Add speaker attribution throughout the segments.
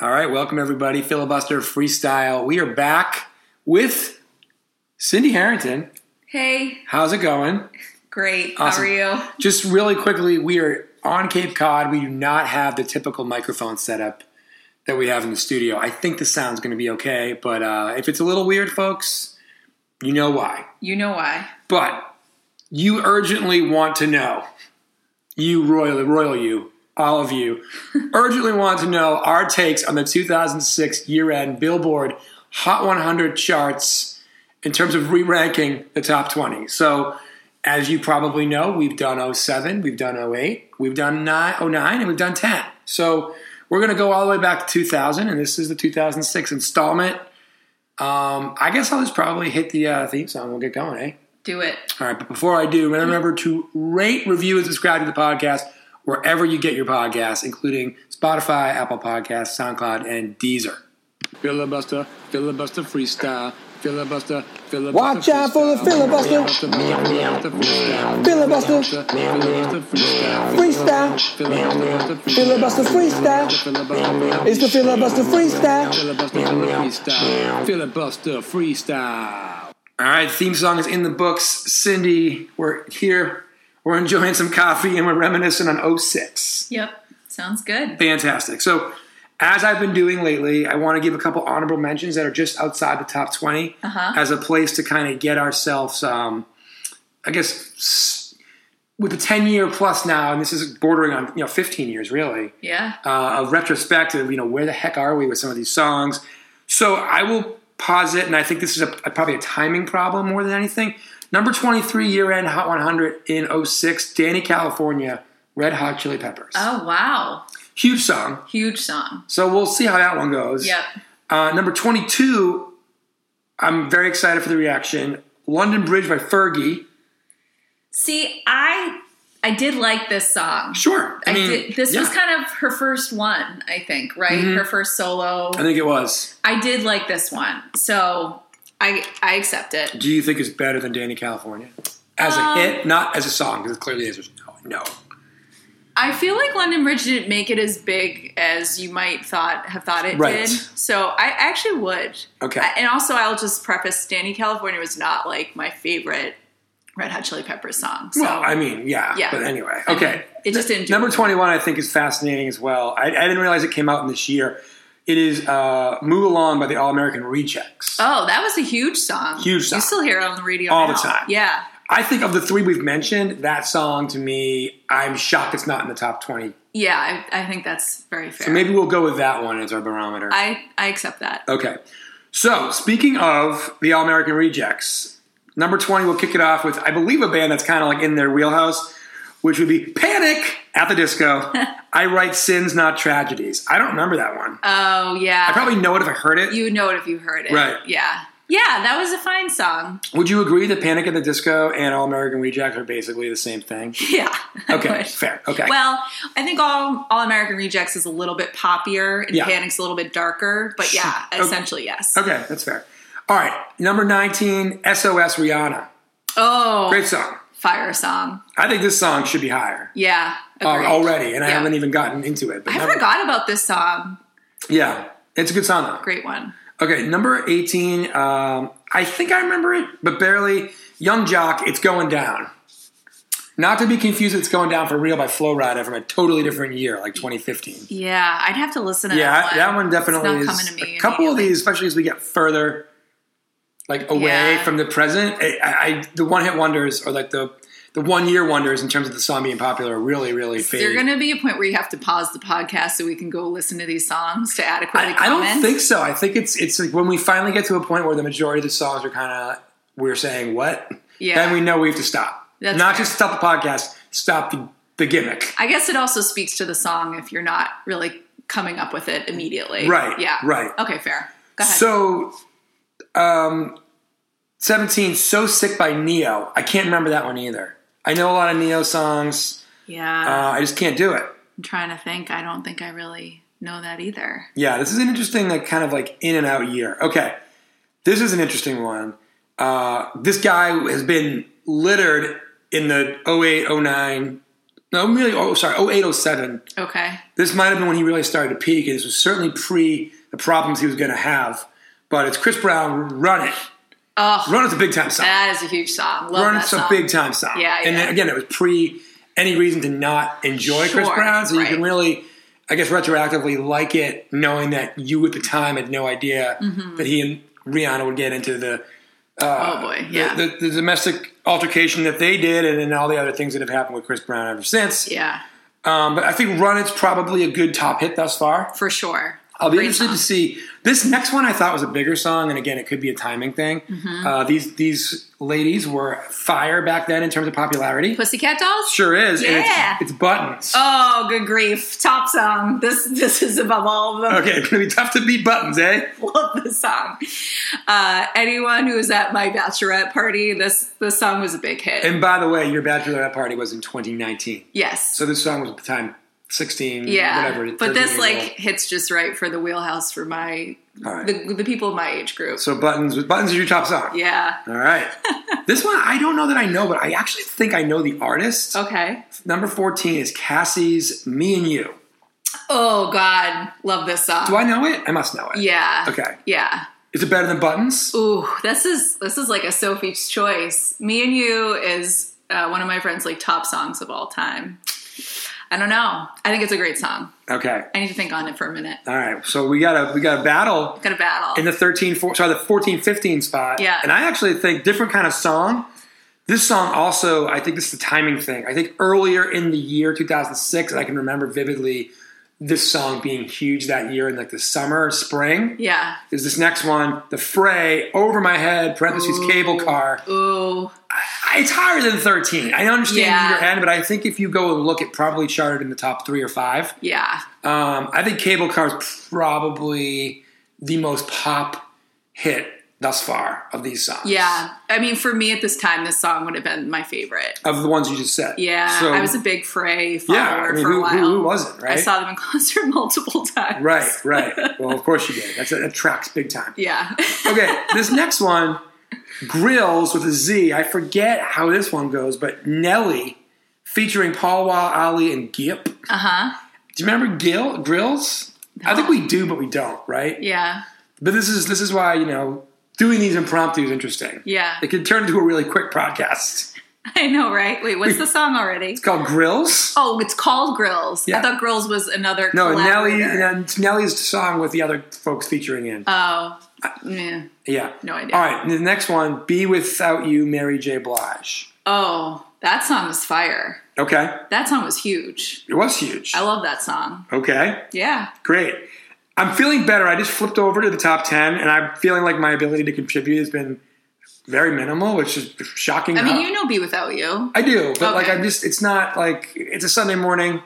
Speaker 1: All right, welcome everybody. Filibuster Freestyle. We are back with Cindy Harrington.
Speaker 2: Hey,
Speaker 1: How's it going?
Speaker 2: great.
Speaker 1: Awesome.
Speaker 2: How are you?
Speaker 1: Just really quickly, we are on Cape Cod. We do not have the typical microphone setup that we have in the studio. I think the sound's going to be okay, but uh, if it's a little weird, folks, you know why.
Speaker 2: You know why.
Speaker 1: But you urgently want to know, you royal, royal you, all of you, urgently want to know our takes on the 2006 year-end Billboard Hot 100 charts in terms of re-ranking the top 20. So, as you probably know, we've done 07, we've done 08, we've done 9, 09, and we've done 10. So, we're going to go all the way back to 2000, and this is the 2006 installment. Um, I guess I'll just probably hit the uh, theme song. We'll get going, eh?
Speaker 2: Do it.
Speaker 1: All right, but before I do,
Speaker 3: Mm-hmm.
Speaker 1: remember to rate, review, and subscribe to the podcast wherever you get your podcasts, including Spotify, Apple Podcasts, SoundCloud, and Deezer. Filibuster, filibuster freestyle, filibuster, filibuster.
Speaker 3: Watch out for the filibuster. Filibuster. Freestyle. Filibuster freestyle. It's the filibuster freestyle.
Speaker 1: Filibuster freestyle. Filibuster freestyle. All right, theme song is in the books. Cindy, we're here. We're enjoying some coffee and we're reminiscing on 06.
Speaker 2: Yep. Sounds good.
Speaker 1: Fantastic. So, as I've been doing lately, I want to give a couple honorable mentions that are just outside the top 20
Speaker 2: Uh-huh.
Speaker 1: as a place to kind of get ourselves, um, I guess, s- with the 10 year plus now, and this is bordering on you know 15 years really,
Speaker 2: Yeah.
Speaker 1: uh, a retrospective, you know, where the heck are we with some of these songs? So, I will pause it, and I think this is a, probably a timing problem more than anything. Number 23 year end Hot 100 in 06, Danny California, Red Hot Chili Peppers.
Speaker 2: Oh wow.
Speaker 1: Huge song.
Speaker 2: Huge song.
Speaker 1: So we'll see how that one goes.
Speaker 2: Yep.
Speaker 1: Uh, number 22, I'm very excited for the reaction. London Bridge by Fergie.
Speaker 2: See, I I did like this song.
Speaker 1: Sure. I,
Speaker 2: I
Speaker 1: mean,
Speaker 2: did, this was
Speaker 1: yeah. Mm-hmm.
Speaker 2: kind of her first one, I think, right? Her first solo.
Speaker 1: I think it was.
Speaker 2: I did like this one, so I I accept it.
Speaker 1: Do you think it's better than Danny California? As
Speaker 2: Um,
Speaker 1: a hit, not as a song, because clearly the answer is no. No.
Speaker 2: I feel like London Bridge didn't make it as big as you might thought have thought it
Speaker 1: Right.
Speaker 2: did. So I actually would.
Speaker 1: Okay.
Speaker 2: I- and also, I'll just preface: Danny California was not like my favorite Red Hot Chili Peppers song. So
Speaker 1: well, I mean, yeah.
Speaker 2: Yeah.
Speaker 1: But anyway, okay.
Speaker 2: it just didn't. Do
Speaker 1: Number
Speaker 2: it.
Speaker 1: 21, I think, is fascinating as well. I, I didn't realize it came out in this year. It is uh, Move Along by the All American Rejects.
Speaker 2: Oh, that was a huge song.
Speaker 1: Huge song.
Speaker 2: You still hear it on the radio
Speaker 1: All
Speaker 2: now.
Speaker 1: the time.
Speaker 2: Yeah.
Speaker 1: I think of the three we've mentioned, that song to me, I'm shocked it's not in the top 20.
Speaker 2: Yeah, I, I think that's very fair.
Speaker 1: So maybe we'll go with that one as our barometer.
Speaker 2: I I accept that.
Speaker 1: okay. So speaking of the All American Rejects, number 20, we'll kick it off with, I believe, a band that's kind of like in their wheelhouse, which would be Panic at the Disco. I Write Sins, Not Tragedies. I don't remember that one.
Speaker 2: Oh yeah.
Speaker 1: I probably know it if I heard it.
Speaker 2: you would know it if you heard it.
Speaker 1: Right.
Speaker 2: Yeah. Yeah, that was a fine song.
Speaker 1: would you agree that Panic at the Disco and All American Rejects are basically the same thing?
Speaker 2: Yeah. I
Speaker 1: Okay,
Speaker 2: would.
Speaker 1: fair. Okay.
Speaker 2: Well, I think all All American Rejects is a little bit poppier and
Speaker 1: Yeah.
Speaker 2: Panic's a little bit darker, but yeah,
Speaker 1: Okay.
Speaker 2: essentially yes.
Speaker 1: okay, that's fair. All right, number 19, SOS Rihanna.
Speaker 2: Oh,
Speaker 1: Great song.
Speaker 2: fire song.
Speaker 1: I think this song should be higher
Speaker 2: Yeah,
Speaker 1: uh,
Speaker 2: agreed.
Speaker 1: already, and I
Speaker 2: Yeah.
Speaker 1: haven't even gotten into it. But
Speaker 2: I
Speaker 1: number-
Speaker 2: forgot about this song.
Speaker 1: Yeah, it's a good song though.
Speaker 2: Great one.
Speaker 1: Okay, number 18, um, I think I remember it, but barely. Young Jock, It's Going Down. Not to be confused, with It's Going Down for Real by Flow Rider from a totally different year, like 2015.
Speaker 2: Yeah, I'd have to listen to
Speaker 1: Yeah,
Speaker 2: that
Speaker 1: I-
Speaker 2: one.
Speaker 1: that one definitely
Speaker 2: it's not
Speaker 1: is.
Speaker 2: coming to me
Speaker 1: a couple of
Speaker 2: immediately.
Speaker 1: these, especially as we get further like away
Speaker 2: Yeah.
Speaker 1: from the present, I, I, I- the one hit wonders or like the the one year wonders in terms of the song being popular are really, really fade.
Speaker 2: There's going to be a point where you have to pause the podcast so we can go listen to these songs to adequately
Speaker 1: I, I
Speaker 2: comment.
Speaker 1: don't think so. I think it's it's like when we finally get to a point where the majority of the songs are kind of we're saying what,
Speaker 2: Yeah.
Speaker 1: then we know we have to stop.
Speaker 2: That's
Speaker 1: Not
Speaker 2: fair.
Speaker 1: just stop the podcast, stop the, the gimmick.
Speaker 2: I guess it also speaks to the song if you're not really coming up with it immediately.
Speaker 1: Right,
Speaker 2: Yeah.
Speaker 1: right.
Speaker 2: Okay. Fair. Go ahead.
Speaker 1: So, um, seventeen, so sick by Neo. I can't remember that one either. I know a lot of Neo songs. Uh,
Speaker 2: yeah.
Speaker 1: I just can't do it.
Speaker 2: I'm trying to think. I don't think I really know that either.
Speaker 1: Yeah, this is an interesting, like, kind of like in and out year. Okay, this is an interesting one. oh Uh, this guy has been littered in the 08, 09, No, really. Oh, sorry. 0807.
Speaker 2: Okay.
Speaker 1: This might have been when he really started to peak. and This was certainly pre the problems he was going to have. But it's Chris Brown. Run it.
Speaker 2: Oh,
Speaker 1: Run it's a big time song.
Speaker 2: that is a huge song. Love
Speaker 1: Run
Speaker 2: that
Speaker 1: it's a
Speaker 2: song.
Speaker 1: big time song.
Speaker 2: Yeah,
Speaker 1: And
Speaker 2: yeah.
Speaker 1: then, again, it was pre any reason to not enjoy Chris
Speaker 2: Sure,
Speaker 1: Brown, so you can
Speaker 2: right.
Speaker 1: really, I guess, retroactively like it, knowing that you at the time had no idea
Speaker 2: Mm-hmm.
Speaker 1: that he and Rihanna would get into the
Speaker 2: oh boy, yeah,
Speaker 1: the, the domestic altercation that they did, and then all the other things that have happened with Chris Brown ever since.
Speaker 2: yeah,
Speaker 1: Um, but I think Run It's probably a good top hit thus far.
Speaker 2: for sure.
Speaker 1: I'll be
Speaker 2: Great
Speaker 1: interested
Speaker 2: song.
Speaker 1: to see this next one. I thought was a bigger song, and again, it could be a timing thing.
Speaker 2: Mm-hmm.
Speaker 1: Uh, these these ladies were fire back then in terms of popularity.
Speaker 2: Pussycat Dolls.
Speaker 1: Sure is. and
Speaker 2: Yeah.
Speaker 1: it's, it's buttons.
Speaker 2: Oh, good grief! Top song. This this is above all of them.
Speaker 1: Okay, it's gonna be tough to beat buttons, eh?
Speaker 2: love this song. Uh, anyone who was at my bachelorette party, this this song was a big hit.
Speaker 1: And by the way, your bachelorette party was in 2019,
Speaker 2: yes.
Speaker 1: so this song was at the time 16,
Speaker 2: yeah.
Speaker 1: whatever.
Speaker 2: but
Speaker 1: 13
Speaker 2: this
Speaker 1: years
Speaker 2: like
Speaker 1: old.
Speaker 2: hits just right for the wheelhouse for my
Speaker 1: All right.
Speaker 2: the, the people of my age group.
Speaker 1: so buttons, buttons is your top song.
Speaker 2: yeah.
Speaker 1: All right. this one I don't know that I know, but I actually think I know the artist.
Speaker 2: Okay.
Speaker 1: Number 14 is Cassie's "Me and You."
Speaker 2: Oh God, love this song.
Speaker 1: Do I know it? I must know it.
Speaker 2: yeah.
Speaker 1: Okay.
Speaker 2: Yeah.
Speaker 1: Is it better than buttons?
Speaker 2: Ooh, this is this is like a Sophie's choice. Me and you is uh, one of my friends' like top songs of all time. I don't know. I think it's a great song.
Speaker 1: Okay.
Speaker 2: I need to think on it for a minute.
Speaker 1: All right. So we got a we got a battle
Speaker 2: Got a battle.
Speaker 1: in the 13 four, sorry the 14 15 spot
Speaker 2: Yeah.
Speaker 1: and i actually think different kind of song this song also i think this is the timing thing i think earlier in the year 2006 and i can remember vividly this song being huge that year in like the summer spring
Speaker 2: yeah.
Speaker 1: is this next one the fray over my head parentheses cable car
Speaker 2: Ooh.
Speaker 1: I- it's higher than 13 i understand
Speaker 2: Yeah.
Speaker 1: your end but i think if you go and look it probably charted in the top three or five
Speaker 2: Yeah.
Speaker 1: um, I think Cable Car is probably the most pop hit thus far of these songs.
Speaker 2: Yeah. I mean, for me at this time, this song would have been my favorite.
Speaker 1: Of the ones you just said.
Speaker 2: Yeah.
Speaker 1: So,
Speaker 2: I was a big Frey follower
Speaker 1: yeah, I mean,
Speaker 2: for
Speaker 1: who,
Speaker 2: a while.
Speaker 1: Who, who wasn't, right?
Speaker 2: I saw them in concert multiple times.
Speaker 1: Right, right. well, of course you did. That's, that tracks big time.
Speaker 2: Yeah.
Speaker 1: Okay, this next one, Grills with a Z. I forget how this one goes, but Nelly featuring Paul Wall, Ali, and Gip. Do
Speaker 2: uh huh.
Speaker 1: you remember Gil, Grills? I think we do, but we don't, right?
Speaker 2: Yeah.
Speaker 1: But this is this is why you know doing these impromptu is interesting.
Speaker 2: Yeah.
Speaker 1: it could turn into a really quick podcast.
Speaker 2: I know, right? Wait, what's the song already?
Speaker 1: It's called Grills.
Speaker 2: Oh, it's called Grills.
Speaker 1: Yeah.
Speaker 2: I thought Grills was another.
Speaker 1: no, Nelly
Speaker 2: collaborator.
Speaker 1: and Nelly's song with the other folks featuring in.
Speaker 2: Oh, yeah.
Speaker 1: yeah,
Speaker 2: no idea.
Speaker 1: All right, the next one, "Be Without You," Mary J. Blige.
Speaker 2: Oh, that song was fire.
Speaker 1: Okay,
Speaker 2: That song was huge.
Speaker 1: it was huge.
Speaker 2: I love that song.
Speaker 1: okay,
Speaker 2: Yeah.
Speaker 1: great. I'm feeling better. I just flipped over to the top ten, and I'm feeling like my ability to contribute has been very minimal, which is shocking.
Speaker 2: I mean,
Speaker 1: how-
Speaker 2: you know, "Be Without You."
Speaker 1: I do, but like
Speaker 2: Okay.
Speaker 1: I'm just it's not like it's a Sunday morning.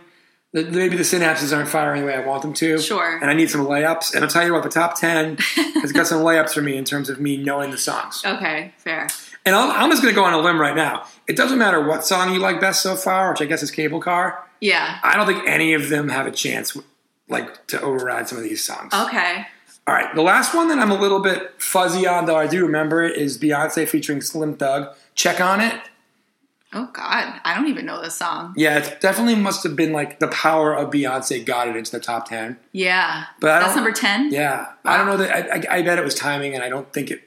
Speaker 1: The- Maybe the synapses aren't firing the way I want them to.
Speaker 2: Sure.
Speaker 1: And I need some layups. And I'll tell you what, the top 10 has got some layups for me in terms of me knowing the songs.
Speaker 2: Okay, fair.
Speaker 1: And I'm, I'm just going to go on a limb right now. It doesn't matter what song you like best so far, which I guess is Cable Car.
Speaker 2: Yeah.
Speaker 1: I don't think any of them have a chance like to override some of these songs.
Speaker 2: Okay.
Speaker 1: All right. The last one that I'm a little bit fuzzy on, though I do remember it, is Beyonce featuring Slim Thug. Check on it.
Speaker 2: Oh God, I don't even know this song.
Speaker 1: Yeah, it definitely must have been like the power of Beyonce got it into the top ten.
Speaker 2: Yeah,
Speaker 1: But I
Speaker 2: that's
Speaker 1: don't-
Speaker 2: number ten.
Speaker 1: Yeah, I don't know that. I, I, I bet it was timing, and I don't think it.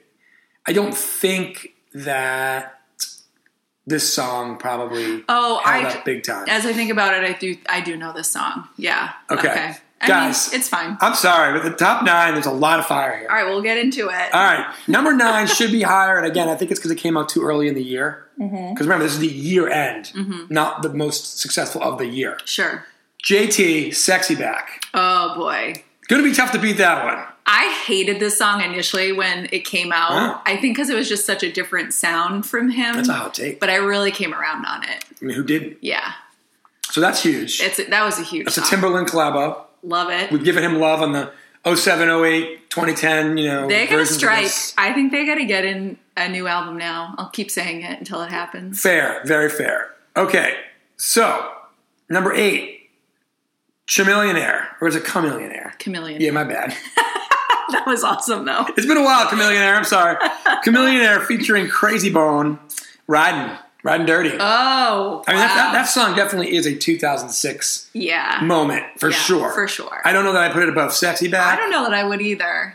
Speaker 1: I don't think that this song probably
Speaker 2: Oh,
Speaker 1: held
Speaker 2: I-
Speaker 1: up big time.
Speaker 2: As I think about it, I do I do know this song. Yeah.
Speaker 1: Okay.
Speaker 2: I
Speaker 1: Guys.
Speaker 2: mean, it's fine.
Speaker 1: I'm sorry, but the top nine, there's a lot of fire here.
Speaker 2: All right, we'll get into it.
Speaker 1: All right, number nine should be higher, and again, I think it's because it came out too early in the year. Because
Speaker 2: Mm-hmm.
Speaker 1: remember, this is the year end, not the most successful of the year.
Speaker 2: Sure.
Speaker 1: JT, sexy back.
Speaker 2: Oh boy.
Speaker 1: Gonna be tough to beat that one.
Speaker 2: I hated this song initially when it came out.
Speaker 1: Wow.
Speaker 2: I think because it was just such a different sound from him.
Speaker 1: That's a hot take.
Speaker 2: But I really came around on it.
Speaker 1: I mean, who didn't?
Speaker 2: Yeah,
Speaker 1: So that's huge.
Speaker 2: it's that was a huge.
Speaker 1: That's a
Speaker 2: song.
Speaker 1: Timberland collabo.
Speaker 2: Love it.
Speaker 1: We've given him love on the 07, 08, 2010, you know.
Speaker 2: They got a
Speaker 1: versions of
Speaker 2: strike.
Speaker 1: this.
Speaker 2: I think they got to get in a new album now. I'll keep saying it until it happens.
Speaker 1: Fair, very fair. Okay, so number eight, Chamillionaire. Or is it Chamillionaire?
Speaker 2: Chameleon.
Speaker 1: Yeah, my bad.
Speaker 2: That was awesome though.
Speaker 1: It's been a while, Chamillionaire. I'm sorry. Chamillionaire featuring Crazy Bone, Riding. Riding Dirty.
Speaker 2: Oh,
Speaker 1: I mean, that,
Speaker 2: wow.
Speaker 1: that, that song definitely is a 2006
Speaker 2: yeah,
Speaker 1: moment for
Speaker 2: Yeah,
Speaker 1: sure.
Speaker 2: for sure.
Speaker 1: I don't know that I put it above Sexy
Speaker 2: I
Speaker 1: Back.
Speaker 2: don't know that I would either.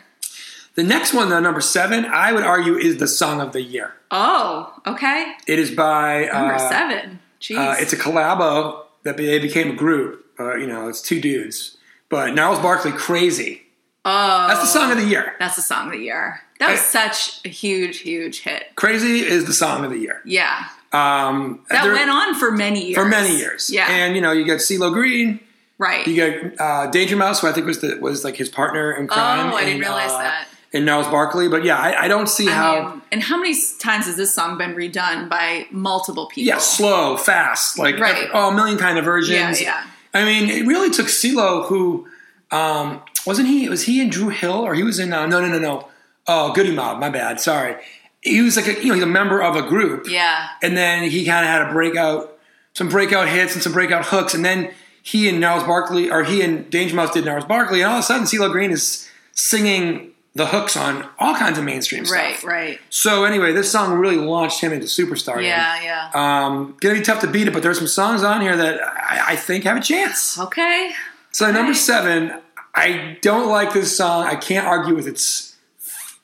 Speaker 1: The next one, though, number seven, I would argue is the song of the year.
Speaker 2: Oh, okay,
Speaker 1: It is by uh,
Speaker 2: number seven. Jeez,
Speaker 1: Uh, it's a collabo that be- they became a group. Uh, you know, it's two dudes. But Gnarls Barkley, crazy.
Speaker 2: oh,
Speaker 1: That's the song of the year.
Speaker 2: That's the song of the year. That was
Speaker 1: I-
Speaker 2: such a huge, huge hit.
Speaker 1: Crazy is the song of the year.
Speaker 2: Yeah,
Speaker 1: Um,
Speaker 2: that
Speaker 1: there-
Speaker 2: went on for many years.
Speaker 1: for many years.
Speaker 2: Yeah,
Speaker 1: and you know, you got CeeLo Green,
Speaker 2: right.
Speaker 1: you got uh, Danger Mouse, who I think was the, was like his partner in crime.
Speaker 2: Oh, I didn't
Speaker 1: and,
Speaker 2: realize
Speaker 1: uh,
Speaker 2: that.
Speaker 1: And Gnarls Barkley, but yeah, I, I don't see how.
Speaker 2: I mean, and how many times has this song been redone by multiple people?
Speaker 1: yeah, slow, fast, like
Speaker 2: Right.
Speaker 1: every- oh, a million kind of versions.
Speaker 2: Yeah, yeah.
Speaker 1: I mean, it really took CeeLo, who um, wasn't he? Was he in Drew Hill or he was in? Uh, no, no, no, no. Oh, Goody Mob. My bad. Sorry. He was like a, you know he's a member of a group,
Speaker 2: yeah,
Speaker 1: and then he kind of had a breakout, some breakout hits and some breakout hooks, and then he and Niles Barkley or he and Danger Mouse did Niles Barkley, and all of a sudden CeeLo Green is singing the hooks on all kinds of mainstream
Speaker 2: right,
Speaker 1: stuff.
Speaker 2: right.
Speaker 1: So anyway, this song really launched him into superstardom.
Speaker 2: Yeah, yeah.
Speaker 1: Um, gonna be tough to beat it, but there's some songs on here that I, I think have a chance.
Speaker 2: okay.
Speaker 1: So number seven, I don't like this song. I can't argue with its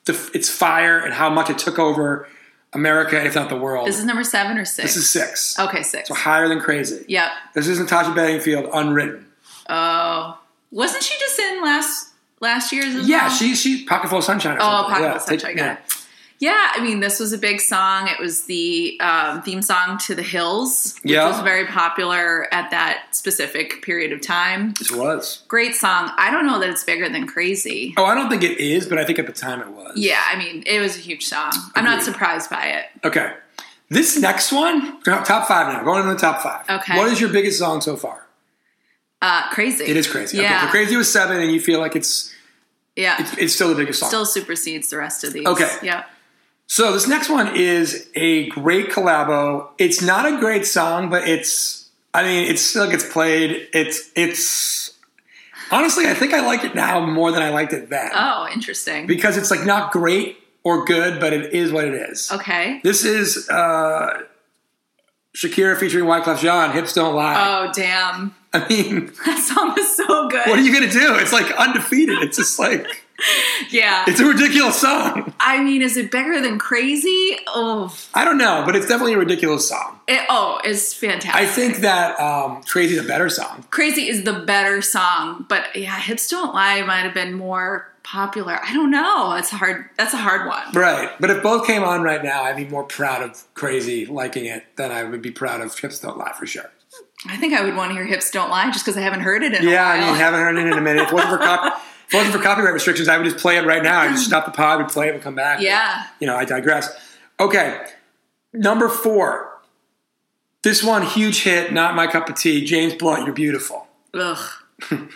Speaker 1: the, its fire and how much it took over America, if not the world.
Speaker 2: This is number seven or six.
Speaker 1: This is six,
Speaker 2: okay, six.
Speaker 1: higher than crazy.
Speaker 2: Yep.
Speaker 1: This is Natasha Bedingfield, unwritten.
Speaker 2: Oh, wasn't she just in last last year's? As
Speaker 1: Yeah,
Speaker 2: well?
Speaker 1: she she pocket full of sunshine. Or
Speaker 2: Oh,
Speaker 1: something.
Speaker 2: Pocket
Speaker 1: yeah,
Speaker 2: Full of Sunshine.
Speaker 1: take-
Speaker 2: Got it. Yeah, I mean, this was a big song. It was the um, theme song to The Hills, which
Speaker 1: Yeah.
Speaker 2: was very popular at that specific period of time.
Speaker 1: This was.
Speaker 2: Great song. I don't know that it's bigger than Crazy.
Speaker 1: Oh, I don't think it is, but I think at the time it was.
Speaker 2: Yeah, I mean, it was a huge song. I'm not
Speaker 1: Agreed.
Speaker 2: surprised by it.
Speaker 1: Okay. This next one, top five now. Going into the top five.
Speaker 2: Okay.
Speaker 1: What is your biggest song so far?
Speaker 2: Uh, crazy.
Speaker 1: It is crazy.
Speaker 2: Yeah.
Speaker 1: Okay, so crazy was seven, and you feel like it's
Speaker 2: Yeah.
Speaker 1: it's, it's still the biggest song.
Speaker 2: Still supersedes the rest of these.
Speaker 1: Okay.
Speaker 2: Yeah.
Speaker 1: So this next one is a great collabo. It's not a great song, but it's I mean it still gets played. It's it's honestly I think I like it now more than I liked it then
Speaker 2: Oh, interesting.
Speaker 1: because it's like not great or good, but it is what it is.
Speaker 2: okay.
Speaker 1: This is uh, Shakira featuring Wyclef Jean. Hips don't lie.
Speaker 2: Oh, damn.
Speaker 1: I mean,
Speaker 2: That song is so good.
Speaker 1: what are you gonna do? It's like undefeated. It's just like
Speaker 2: yeah.
Speaker 1: it's a ridiculous song.
Speaker 2: I mean, is it bigger than Crazy? Oh,
Speaker 1: I don't know, but it's definitely a ridiculous song.
Speaker 2: it, oh, it's fantastic.
Speaker 1: I think that um, Crazy is a better song.
Speaker 2: Crazy is the better song, but yeah, Hips Don't Lie might have been more popular. I don't know. It's hard. That's a hard one.
Speaker 1: Right. But if both came on right now, I'd be more proud of Crazy liking it than I would be proud of Chips Don't Lie for sure.
Speaker 2: I think I would want to hear Hips Don't Lie just because I haven't heard it in
Speaker 1: Yeah,
Speaker 2: a
Speaker 1: I
Speaker 2: while.
Speaker 1: mean, haven't heard it in a minute. If it wasn't for, cop- if it wasn't for copyright restrictions, I would just play it right now. I'd just stop the pod, we'd play it, and come back.
Speaker 2: Yeah.
Speaker 1: You know, I digress. Okay. Number four. This one, huge hit, not my cup of tea. James Blunt, you're beautiful.
Speaker 2: Ugh.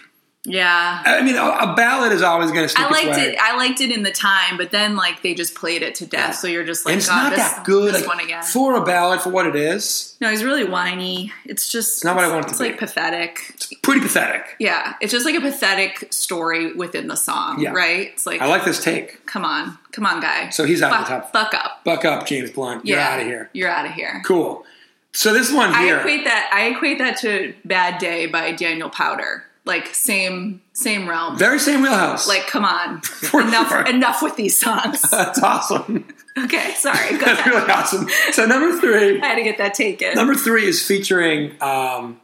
Speaker 2: yeah.
Speaker 1: I mean, a, a ballad is always going to sneak
Speaker 2: I
Speaker 1: its
Speaker 2: liked
Speaker 1: way.
Speaker 2: it. I liked it in the time, but then like they just played it to death. So you're just like,
Speaker 1: and it's
Speaker 2: God,
Speaker 1: not
Speaker 2: this,
Speaker 1: that good
Speaker 2: This
Speaker 1: like,
Speaker 2: one again.
Speaker 1: for a ballad for what it is.
Speaker 2: no, he's really whiny. It's just
Speaker 1: not what I want it to
Speaker 2: It's
Speaker 1: be.
Speaker 2: like pathetic.
Speaker 1: Pretty pathetic.
Speaker 2: Yeah, it's just like a pathetic story within the song,
Speaker 1: Yeah.
Speaker 2: right? It's like,
Speaker 1: I like this take.
Speaker 2: come on, come on, guy.
Speaker 1: So he's out of
Speaker 2: fuck,
Speaker 1: the top.
Speaker 2: fuck up.
Speaker 1: Buck up, James Blunt. You're
Speaker 2: yeah,
Speaker 1: out of here.
Speaker 2: You're out of here.
Speaker 1: Cool. So this one
Speaker 2: I
Speaker 1: here,
Speaker 2: equate that. I equate that to "Bad Day" by Daniel Powder. Like same same realm.
Speaker 1: very same wheelhouse.
Speaker 2: like, come on,
Speaker 1: For sure.
Speaker 2: enough enough with these songs.
Speaker 1: that's awesome.
Speaker 2: okay, sorry. Go
Speaker 1: that's
Speaker 2: ahead.
Speaker 1: really awesome. So number three,
Speaker 2: I had to get that taken.
Speaker 1: number three is featuring um,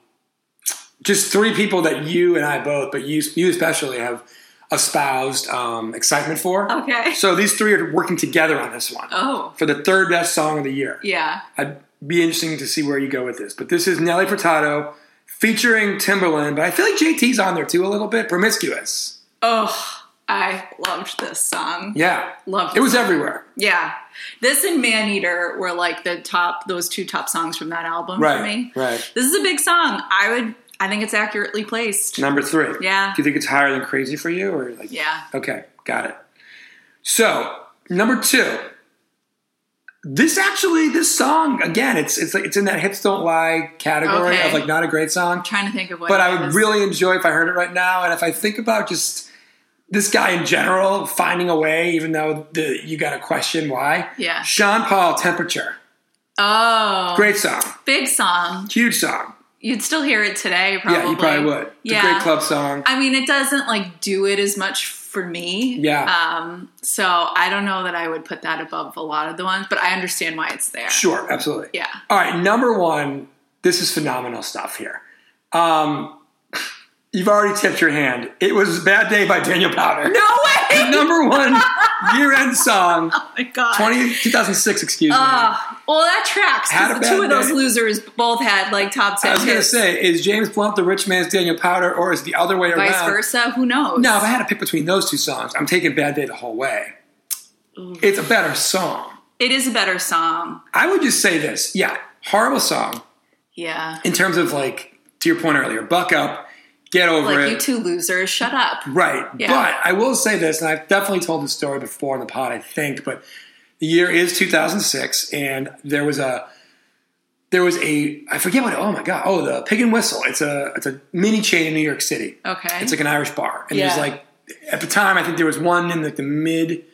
Speaker 1: just three people that you and I both, but you you especially have espoused um, excitement for.
Speaker 2: Okay.
Speaker 1: So these three are working together on this one
Speaker 2: Oh,
Speaker 1: for the third best song of the year.
Speaker 2: yeah.
Speaker 1: I'd be interesting to see where you go with this. But this is Nelly Furtado featuring Timberland, but I feel like JT's on there too a little bit. Promiscuous.
Speaker 2: Oh, I loved this song.
Speaker 1: Yeah.
Speaker 2: Loved
Speaker 1: It was
Speaker 2: song.
Speaker 1: everywhere.
Speaker 2: Yeah. This and Man Eater were like the top, those two top songs from that album for
Speaker 1: Right.
Speaker 2: me.
Speaker 1: Right.
Speaker 2: This is a big song. I would, I think it's accurately placed.
Speaker 1: Number three.
Speaker 2: Yeah.
Speaker 1: Do you think it's higher than crazy for you? Or like
Speaker 2: Yeah.
Speaker 1: Okay, got it. So number two. This actually, this song again, it's it's like it's in that hips don't lie category
Speaker 2: Okay.
Speaker 1: of like not a great song.
Speaker 2: trying to think of what.
Speaker 1: But
Speaker 2: it
Speaker 1: I would
Speaker 2: was.
Speaker 1: really enjoy if I heard it right now. And if I think about just this guy in general finding a way, even though the, you got to question why.
Speaker 2: Yeah.
Speaker 1: Sean Paul, temperature.
Speaker 2: Oh,
Speaker 1: Great song,
Speaker 2: big song.
Speaker 1: huge song.
Speaker 2: You'd still hear it today, probably.
Speaker 1: Yeah, you probably would. It's
Speaker 2: yeah,
Speaker 1: a great club song.
Speaker 2: I mean, it doesn't like do it as much for me.
Speaker 1: Yeah.
Speaker 2: Um. So I don't know that I would put that above a lot of the ones, but I understand why it's there.
Speaker 1: Sure, absolutely.
Speaker 2: Yeah.
Speaker 1: All right, number one, this is phenomenal stuff here. Um, you've already tipped your hand. It was Bad Day by Daniel Powder.
Speaker 2: No way.
Speaker 1: Number one year end song,
Speaker 2: Oh my god.
Speaker 1: 20, 2006, excuse me.
Speaker 2: Oh, well, that tracks. 'cause
Speaker 1: Had a
Speaker 2: the
Speaker 1: bad
Speaker 2: two of those
Speaker 1: day.
Speaker 2: losers both had like top ten.
Speaker 1: I was going to
Speaker 2: hits.
Speaker 1: say, is James Blunt the rich man's Daniel Powder, or is the other way
Speaker 2: vice
Speaker 1: around?
Speaker 2: versa. Who knows?
Speaker 1: No, if I had to pick between those two songs, I'm taking Bad Day the whole way. It's a better song.
Speaker 2: it is a better song.
Speaker 1: I would just say this. Yeah, horrible song
Speaker 2: Yeah.
Speaker 1: in terms of like, to your point earlier, buck up, get over
Speaker 2: Like
Speaker 1: it.
Speaker 2: you two losers, shut up.
Speaker 1: Right.
Speaker 2: Yeah.
Speaker 1: But I will say this, and I've definitely told this story before in the pod, I think, but the year is 2006, and there was a there was a I forget what oh my god oh the Pig and Whistle it's a it's a mini chain in New York City
Speaker 2: Okay.
Speaker 1: it's like an Irish bar and there's
Speaker 2: Yeah.
Speaker 1: like at the time I think there was one in like the mid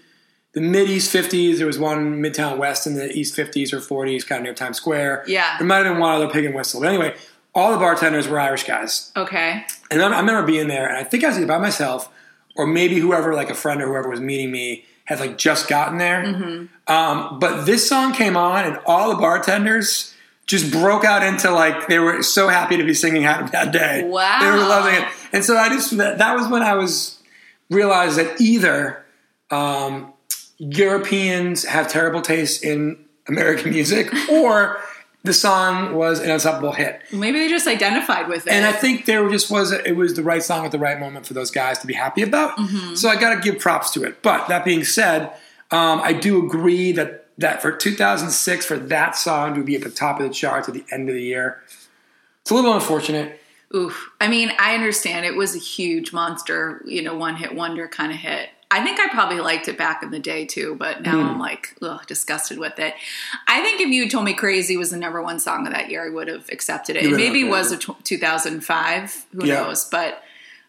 Speaker 1: the mid East 50s there was one Midtown West in the East 50s or 40s kind of near Times Square
Speaker 2: Yeah.
Speaker 1: there might have been one other Pig and Whistle but anyway all the bartenders were Irish guys
Speaker 2: okay.
Speaker 1: and I I remember being there, and I think I was either by myself or maybe whoever, like a friend or whoever was meeting me, had like just gotten there. Um, but this song came on, and all the bartenders just broke out into like they were so happy to be singing "Had a Bad Day."
Speaker 2: Wow.
Speaker 1: they were loving it. And so I just that, that was when I was realized that either um, Europeans have terrible taste in American music, or the song was an unstoppable hit.
Speaker 2: Maybe they just identified with it.
Speaker 1: And I think there just was it was the right song at the right moment for those guys to be happy about. So I got to give props to it. But that being said, um, I do agree that that for 2006 for that song to be at the top of the charts at the end of the year, it's a little unfortunate.
Speaker 2: Oof. I mean, I understand it was a huge monster, you know, one hit wonder kind of hit. I think I probably liked it back in the day too, but now
Speaker 1: Hmm.
Speaker 2: I'm like, ugh, disgusted with it. I think if you had told me Crazy was the number one song of that year, I would have accepted it.
Speaker 1: You
Speaker 2: It
Speaker 1: would have,
Speaker 2: maybe
Speaker 1: yeah.
Speaker 2: was a tw 2005, who
Speaker 1: Yeah.
Speaker 2: knows? But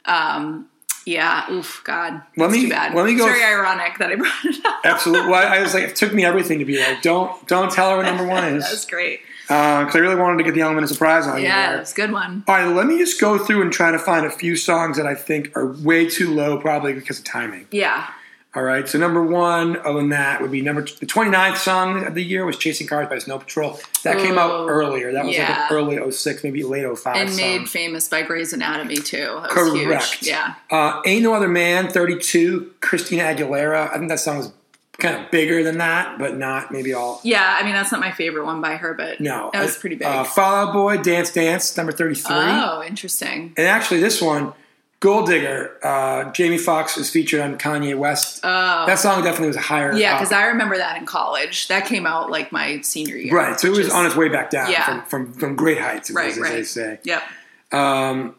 Speaker 2: um, yeah, oof, God.
Speaker 1: Let
Speaker 2: that's
Speaker 1: me-
Speaker 2: too bad.
Speaker 1: let me go-
Speaker 2: It's very ironic that I brought it up.
Speaker 1: Absolutely, well, I was like, it took me everything to be like, don't don't tell her what number one
Speaker 2: That's
Speaker 1: is
Speaker 2: great.
Speaker 1: because I really wanted to get the element of surprise on you.
Speaker 2: Yeah,
Speaker 1: there.
Speaker 2: that's a good one.
Speaker 1: All right, let me just go through and try to find a few songs that I think are way too low, probably because of timing.
Speaker 2: Yeah.
Speaker 1: All right, so number one on that would be number the 29th song of the year was Chasing Cars by Snow Patrol. That came out
Speaker 2: Ooh,
Speaker 1: earlier. That was
Speaker 2: yeah.
Speaker 1: like an early 06, maybe late 05
Speaker 2: And
Speaker 1: song.
Speaker 2: made famous by Grey's Anatomy too. That was
Speaker 1: um, Correct.
Speaker 2: huge. Yeah.
Speaker 1: Uh, Ain't No Other Man, 32, Christina Aguilera. I think that song was kind of bigger than that, but not maybe all.
Speaker 2: Yeah, I mean that's not my favorite one by her, but
Speaker 1: No.
Speaker 2: that was pretty big.
Speaker 1: Uh, Fall Out Boy, Dance Dance, number 33.
Speaker 2: oh, interesting.
Speaker 1: And actually, this one, Gold Digger, uh, Jamie Foxx is featured on Kanye West.
Speaker 2: Oh,
Speaker 1: that song definitely was a higher. uh,
Speaker 2: yeah,
Speaker 1: up.
Speaker 2: because I remember that in college. That came out like my senior year.
Speaker 1: Right, so it
Speaker 2: which
Speaker 1: was
Speaker 2: is-
Speaker 1: on its way back down
Speaker 2: Yeah.
Speaker 1: from, from, from great heights,
Speaker 2: Right,
Speaker 1: as, as
Speaker 2: right.
Speaker 1: they say.
Speaker 2: Yep.
Speaker 1: Um,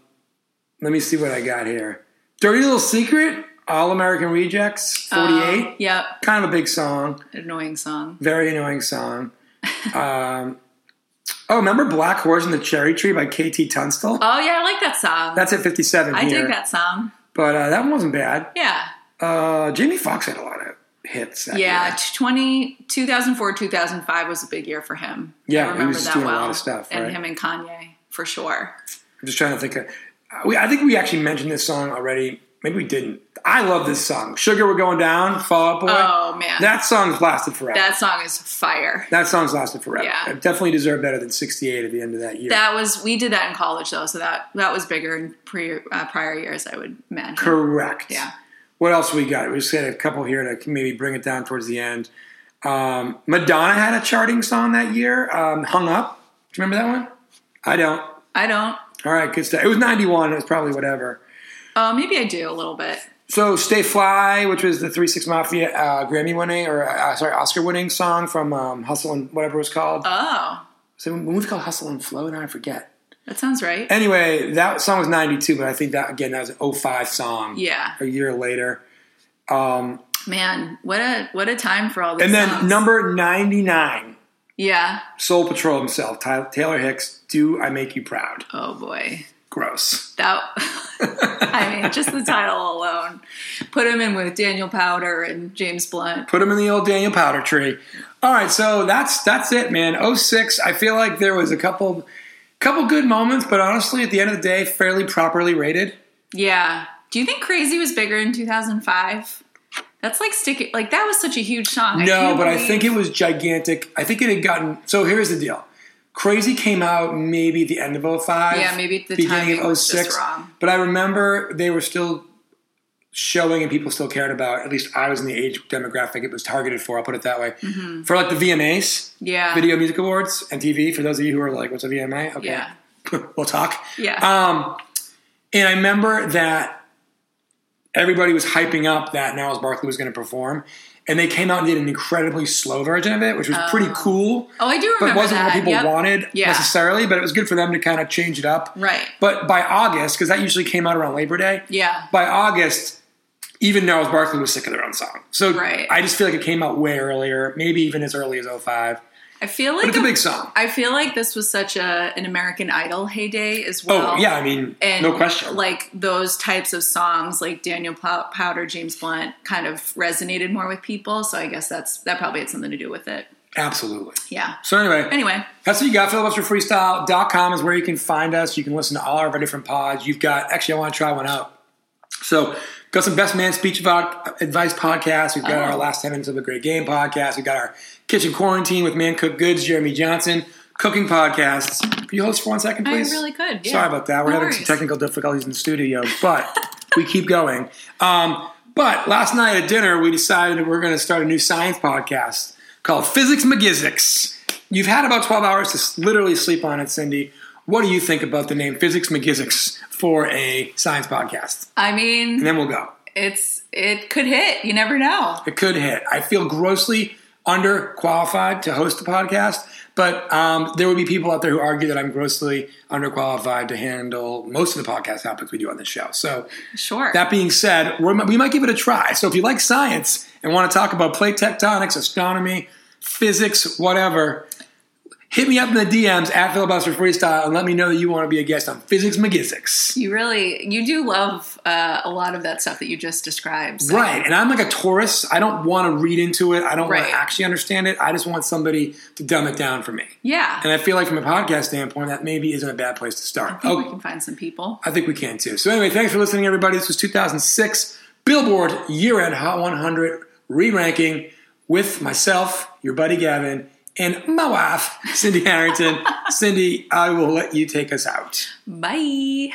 Speaker 1: let me see what I got here. Dirty Little Secret, All American Rejects, 48.
Speaker 2: Um, yep.
Speaker 1: kind of a big song,
Speaker 2: Annoying song.
Speaker 1: very annoying song. um, oh, remember Black Horse and the Cherry Tree by KT Tunstall?
Speaker 2: Oh yeah, I like that song.
Speaker 1: That's at 57
Speaker 2: I
Speaker 1: here.
Speaker 2: dig that song.
Speaker 1: But uh, that one wasn't bad.
Speaker 2: Yeah.
Speaker 1: Uh, Jamie Foxx had a lot of hits. That
Speaker 2: Yeah,
Speaker 1: year.
Speaker 2: 20, 2004, 2005 was a big year for him.
Speaker 1: Yeah,
Speaker 2: I
Speaker 1: he
Speaker 2: remember
Speaker 1: was
Speaker 2: that
Speaker 1: doing a
Speaker 2: well.
Speaker 1: lot of stuff, right?
Speaker 2: And him and Kanye, for sure.
Speaker 1: I'm just trying to think. Of, we, I think we actually mentioned this song already. Maybe we didn't. I love this song. Sugar, we're going down. Fall Out Boy.
Speaker 2: Oh man,
Speaker 1: That song's lasted forever.
Speaker 2: that song is fire.
Speaker 1: that song's lasted forever.
Speaker 2: Yeah.
Speaker 1: It definitely deserved better than 68 at the end of that year.
Speaker 2: That was we did that in college though, so that that was bigger in pre, uh, prior years. I would imagine.
Speaker 1: Correct.
Speaker 2: Yeah.
Speaker 1: What else we got? We just had a couple here to maybe bring it down towards the end. Um, Madonna had a charting song that year, um, Hung Up. Do you remember that one? I don't.
Speaker 2: I don't.
Speaker 1: All right, good stuff. It was 91. It was probably whatever.
Speaker 2: Uh, maybe I do a little bit.
Speaker 1: So "Stay Fly," which was the Three Six Mafia uh, Grammy winning or uh, sorry Oscar winning song from um, Hustle and whatever it was called.
Speaker 2: Oh,
Speaker 1: so when was it called Hustle and Flow? Now I forget.
Speaker 2: that sounds right.
Speaker 1: Anyway, that song was '92, but I think that again that was an 05 song.
Speaker 2: Yeah,
Speaker 1: a year later.
Speaker 2: man, what a what a time for all this.
Speaker 1: And then
Speaker 2: songs.
Speaker 1: number 99,
Speaker 2: yeah.
Speaker 1: Soul Patrol himself, Ty- Taylor Hicks. Do I make you proud?
Speaker 2: Oh boy,
Speaker 1: Gross.
Speaker 2: That I mean, just the title alone. Put him in with Daniel Powder and James Blunt.
Speaker 1: Put him in the old Daniel Powder tree. All right, so that's that's it, man. 06, I feel like there was a couple couple good moments, but honestly, at the end of the day, fairly properly rated.
Speaker 2: Yeah. Do you think Crazy was bigger in 2005? That's like sticky. Like that was such a huge song.
Speaker 1: No,
Speaker 2: can't
Speaker 1: but I
Speaker 2: believe-
Speaker 1: think it was gigantic. I think it had gotten. So here's the deal. Crazy came out maybe at the end of 05.
Speaker 2: Yeah, maybe the
Speaker 1: beginning
Speaker 2: timing
Speaker 1: of
Speaker 2: was
Speaker 1: 06.
Speaker 2: just wrong.
Speaker 1: But I remember they were still showing and people still cared about. At least I was in the age demographic it was targeted for. I'll put it that way.
Speaker 2: Mm-hmm.
Speaker 1: For like the VMAs,
Speaker 2: Yeah.
Speaker 1: Video Music Awards, and TV. For those of you who are like, "What's a VMA?" Okay,
Speaker 2: Yeah.
Speaker 1: we'll talk.
Speaker 2: Yeah.
Speaker 1: Um, and I remember that everybody was hyping up that Niles Barkley was going to perform, and they came out and did an incredibly slow version of it, which was pretty cool,
Speaker 2: oh, I do remember
Speaker 1: but wasn't
Speaker 2: that.
Speaker 1: what people
Speaker 2: Yep.
Speaker 1: wanted
Speaker 2: Yeah.
Speaker 1: necessarily. But it was good for them to kind of change it up.
Speaker 2: Right.
Speaker 1: But by August, because that usually came out around Labor Day,
Speaker 2: Yeah.
Speaker 1: by August, even Niles Barkley was sick of their own song. So
Speaker 2: Right.
Speaker 1: I just feel like it came out way earlier, maybe even as early as 05.
Speaker 2: I feel like
Speaker 1: But it's a
Speaker 2: I'm-
Speaker 1: big song.
Speaker 2: I feel like this was such a an American Idol heyday as well.
Speaker 1: Oh, yeah, I mean,
Speaker 2: and
Speaker 1: no question.
Speaker 2: Like those types of songs, like Daniel Pow- Powder, James Blunt, kind of resonated more with people. So I guess that's that probably had something to do with it.
Speaker 1: Absolutely.
Speaker 2: Yeah.
Speaker 1: So anyway,
Speaker 2: Anyway,
Speaker 1: That's what you got. Filibusterfreestyle.com is where you can find us. You can listen to all of our different pods. You've got, actually, I want to try one out. So, got some Best Man Speech about Advice podcast. We've got
Speaker 2: Oh.
Speaker 1: our Last 10 Minutes of a Great Game podcast. We've got our Kitchen Quarantine with Man Cook Goods, Jeremy Johnson, cooking podcasts. Could you host for one second,
Speaker 2: I
Speaker 1: please?
Speaker 2: really could. yeah.
Speaker 1: Sorry about that. We're
Speaker 2: No
Speaker 1: having some
Speaker 2: worries.
Speaker 1: technical difficulties in the studio, but we keep going. Um, but last night at dinner, we decided that we're going to start a new science podcast called Physics McGizzicks. You've had about 12 hours to s- literally sleep on it, Cindy. What do you think about the name Physics McGizzicks for a science podcast?
Speaker 2: I
Speaker 1: And
Speaker 2: mean,
Speaker 1: then we'll go.
Speaker 2: it's it could hit. You never know.
Speaker 1: It could hit. I feel grossly underqualified to host a podcast, but um, there would be people out there who argue that I'm grossly underqualified to handle most of the podcast topics we do on this show. So,
Speaker 2: Sure.
Speaker 1: that being said, we're, we might give it a try. So, if you like science and want to talk about plate tectonics, astronomy, physics, whatever, hit me up in the DMs at Filibuster Freestyle and let me know that you want to be a guest on Physics McGizzicks.
Speaker 2: you really you do love uh, a lot of that stuff that you just described. so-
Speaker 1: Right. And I'm like a Taurus. I don't want to read into it. I don't want
Speaker 2: Right.
Speaker 1: to actually understand it. I just want somebody to dumb it down for me.
Speaker 2: Yeah.
Speaker 1: And I feel like from a podcast standpoint, that maybe isn't a bad place to start.
Speaker 2: think
Speaker 1: Oh,
Speaker 2: we can find some people.
Speaker 1: I think we can too. So anyway, thanks for listening, everybody. This was 2006 Billboard Year-End Hot 100 re-ranking with myself, your buddy Gavin, and my wife, Cindy Harrington. Cindy, I will let you take us out.
Speaker 2: Bye.